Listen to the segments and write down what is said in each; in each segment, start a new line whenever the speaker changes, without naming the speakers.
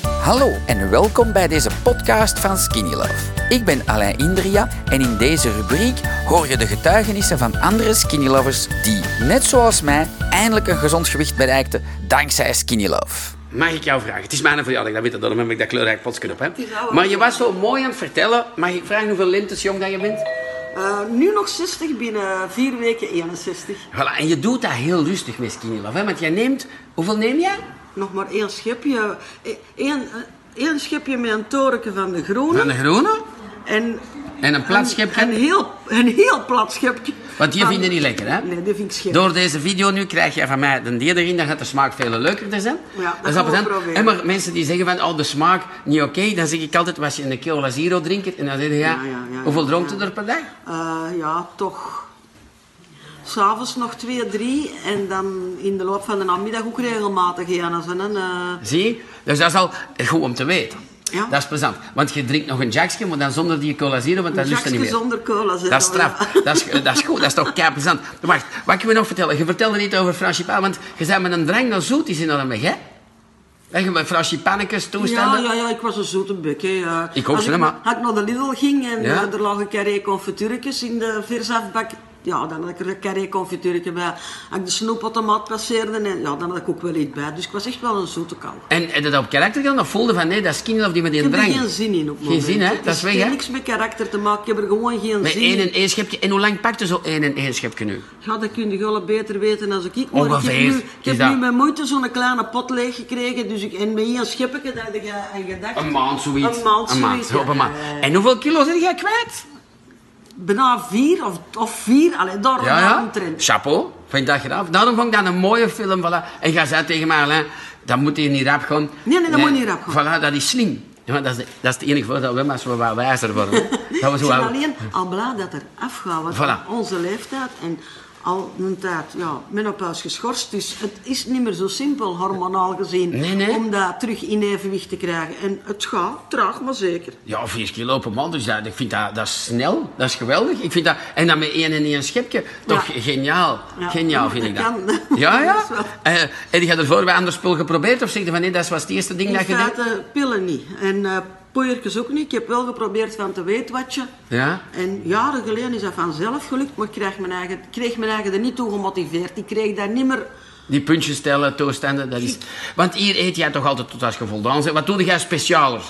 Hallo en welkom bij deze podcast van Skinny Love. Ik ben Alain Indria en in deze rubriek hoor je de getuigenissen van andere Skinny Lovers die, net zoals mij, eindelijk een gezond gewicht bereikten dankzij Skinny Love.
Mag ik jou vragen? Het is mijn verjaardag, dat weet ik, daarom heb ik dat kleurrijk potje op. Hè?
is wel wat
Maar je
leuk.
was zo mooi aan het vertellen. Mag ik vragen hoeveel lentes jong dat je bent?
Eh, nu nog 60, binnen vier weken 61.
Voilà, en je doet dat heel rustig met Skinny Love, hè? Want jij neemt... Hoeveel neem jij?
Nog maar één schipje. eh, één, eh, één schipje met een torentje van de groene.
Van de groene?
En,
En een plat
Een,
schepje?
heel, een heel plat schipje.
Want die
Van-
vinden niet lekker, hè?
Nee, die vind ik schip.
Door deze video nu krijg je van mij de die erin, dan gaat de smaak veel leuker zijn.
Ja, dat
is
gaan we
appetijt.
proberen.
En maar mensen die zeggen van, oh, de smaak niet oké, dan zeg ik altijd, was je een Keola Zero drinker, en dan zeg je, ja,
ja, ja,
hoeveel
ja,
dronk
ja.
je er per dag?
Eh, ja, toch. S'avonds nog twee, drie. En dan in de loop van de namiddag ook regelmatig gaan. Als een, eh,
Zie? Dus dat is al goed om te weten.
Ja.
Dat is plezant. Want je drinkt nog een jackje, maar dan zonder die cola zero, want dat lust je niet
zakje
meer.
zonder cola. zeg
Dat is
maar, ja.
straf. Dat is, eh, dat is goed. Dat is toch kei plezant. Wacht, wat kun je nog vertellen? Je vertelde niet over Franchipan, want je zei met een drang naar zoet is in de weg, hè? En je met Franchipannetjes
Ja,
toestanden.
ja, ja, ik was een zoete bek. Hè. Eh,
Ik ook,
als
zeg maar.
Als ik naar de Lidl ging en
Ja.
eh, er lagen carré confituurtjes in de versafbak. Ja, dan had ik er een carré confituurtje bij. Als ik de snoepautomaat passeerde, en, ja, dan had ik ook wel iets bij. Dus ik was echt wel een zoete kou.
En heb je dat op karakter gedaan? Of voelde van, nee, dat is kinderen of die met die
Ik heb er
drang?
geen zin in op het
Geen
moment.
zin, hè?
Het
Dat is weg,
heeft
hè?
niks met karakter te maken. Ik heb er gewoon geen
Met
zin
één
in.
en één schepje. En hoe lang pakte zo één en één schepje nu?
Ja, dat kun je wel beter weten dan ik. Maar ik
Ongeveer,
heb nu,
is
ik heb
dat-
nu met moeite zo'n kleine pot leeg gekregen. Dus ik, en met één schepje dat ik aan aan gedacht.
Een maand zoiets.
Een maand zoiets, ja.
Op een maand. En hoeveel kilo zit jij kwijt?
Bijna vier of, of vier. Allee, daar
Ja, ja.
omtrent.
Chapeau. Vind je dat gedaan? Daarom vond ik dat een mooie film. Voilà. En jij zei tegen mij, Alain, dat moet hier niet rap gaan.
Nee, nee, dat moet niet rap
gaan. Voilà, dat is slim. Ja, maar dat, is de, dat is het enige voordeel. We maar we wat wijzer worden. dat we
Ik
zo
ben
wel-
alleen al blij dat er afgaat. Want
Voilà.
onze leeftijd en al een tijd, ja, menopauze geschorst. Dus het is niet meer zo simpel, hormonaal gezien,
Nee, nee.
om dat terug in evenwicht te krijgen. En het gaat, traag maar zeker.
Ja, vier kilo per maand. Dus dat, ik vind dat, dat is snel. Dat is geweldig. Ik vind dat, en dan met één en één schepje. Toch
Ja.
geniaal.
Ja,
Geniaal
dat
vind ik dat.
kan.
Ja, ja.
Dat is wel-
Eh, heb je ervoor bij ander spul geprobeerd? Of zeg je van nee, dat was het eerste ding
In
dat je deed?
feite pillen niet. En eh poeiertjes ook niet. Ik heb wel geprobeerd van te weten wat je.
Ja.
En jaren geleden is dat vanzelf gelukt, maar ik kreeg mijn eigen, kreeg mijn eigen er niet toe gemotiveerd. Ik kreeg daar niet meer...
Die puntjes tellen, toestanden, dat is... Want hier eet jij toch altijd tot als je voldaan bent. Wat doe jij specialer?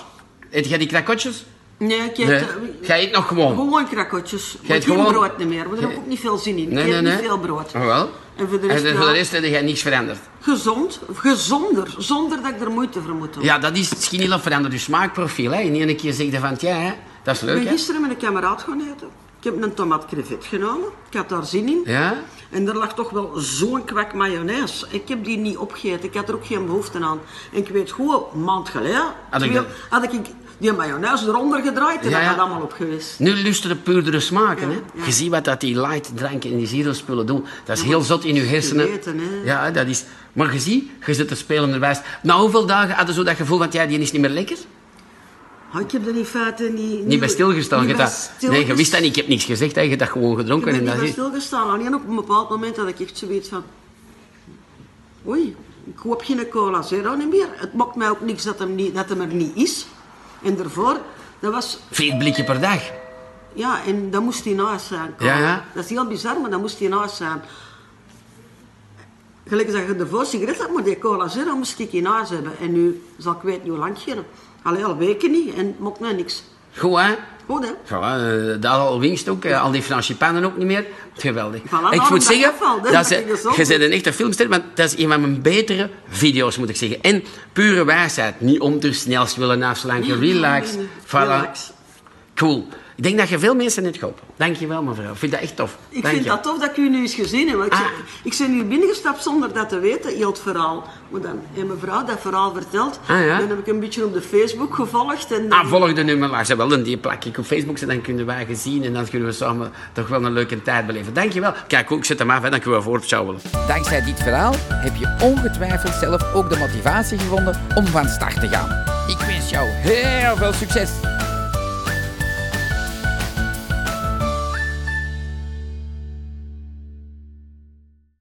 Eet jij die krakotjes?
Nee, ik heb...
Nee.
eh,
Jij eet nog gewoon?
Gewoon krakotjes.
Jij
Maar
eet
geen
Oh. gewoon-
brood niet meer, want daar heb ik ook niet veel zin in. ik eet niet veel brood.
Ah, wel.
En voor de rest,
voor de
ja.
rest heb jij niks veranderd.
Gezond, gezonder, zonder dat ik er moeite voor moet doen.
Ja, dat is misschien niet dat verandert je smaakprofiel. Hè. In één keer zeg je van, ja, hè. dat is
ik
leuk,
ben
hè.
gisteren met een kameraad gaan eten. Ik heb een tomaat crevet genomen. Ik had daar zin in.
Ja?
En er lag toch wel zo'n kwak mayonaise. Ik heb die niet opgegeten. Ik had er ook geen behoefte aan. En ik weet goed, een maand geleden
Had ik
twee-
dat-
had ik die mayonaise eronder gedraaid en
Ja,
dat
ja.
had allemaal op geweest.
Nu lustere, puurdere smaken.
Ja,
hè?
ja.
Je ziet wat dat die light dranken en die zero spullen doen. Dat is heel zot in je hersenen.
weten, hè.
ja, dat is. Maar je ziet, je zit er spelenderwijs. Na hoeveel dagen hadden zo dat gevoel van, ja, die is niet meer lekker?
Ah, ik heb er in feite niet...
Niet bij stilgestaan.
niet
je
bij
dat- Nee, je wist dat niet. Ik heb niks gezegd. Hè. Je hebt dat gewoon
Ik
gedronken.
ben
en
niet
dat
bij
is...
stilgestaan. Alleen op een bepaald moment had ik echt zoiets van... Oei, ik koop geen cola zero niet meer. Het maakt mij ook niks dat hem, niet, dat hem er niet is. En daarvoor, dat was...
Vier blikje per dag.
Ja, en dat moest hij naast zijn. cola.
Ja, ja.
Dat is heel bizar, maar dat moest hij naast zijn. Gelijk als je ervoor sigaret had, maar die cola zero moest ik in huis hebben. En nu zal ik weet niet hoe lang geen. Allee, al weken niet. En het maakt mij niks.
Goed, hè?
Goed, hè?
Ja, eh, dat al winst ook. eh, Al die franchipanen ook niet meer. Geweldig.
daarom
ik moet
dat
zeggen,
afval, hè,
dat
dat
ze,
ik
je
gezond ben.
bent een echte filmster, want dat is een van mijn betere video's, moet ik zeggen. En pure wijsheid. Niet om te snel te willen afslanken. Relax. Voilà.
Relax.
Cool. Ik denk dat je veel mensen hebt geholpen. Dank je wel, mevrouw. Ik vind dat echt tof.
Ik
Dank
vind
je.
dat tof dat ik u nu eens gezien heb. want Ik,
Ah.
ben ik ben hier binnengestapt zonder dat te weten, heel het verhaal. Maar dan heeft mevrouw dat verhaal verteld.
Ah, ja?
Dan heb ik een beetje op de Facebook gevolgd. En dan-
Ah, volg de nummer maar ze wel een die plak ik op Facebook zet, dan kunnen wij gezien en dan kunnen we samen toch wel een leuke tijd beleven. Dankjewel. Kijk, ook, ik zet hem af en dan kunnen we voortschouwen.
Dankzij dit verhaal heb je ongetwijfeld zelf ook de motivatie gevonden om van start te gaan. Ik wens jou heel veel succes!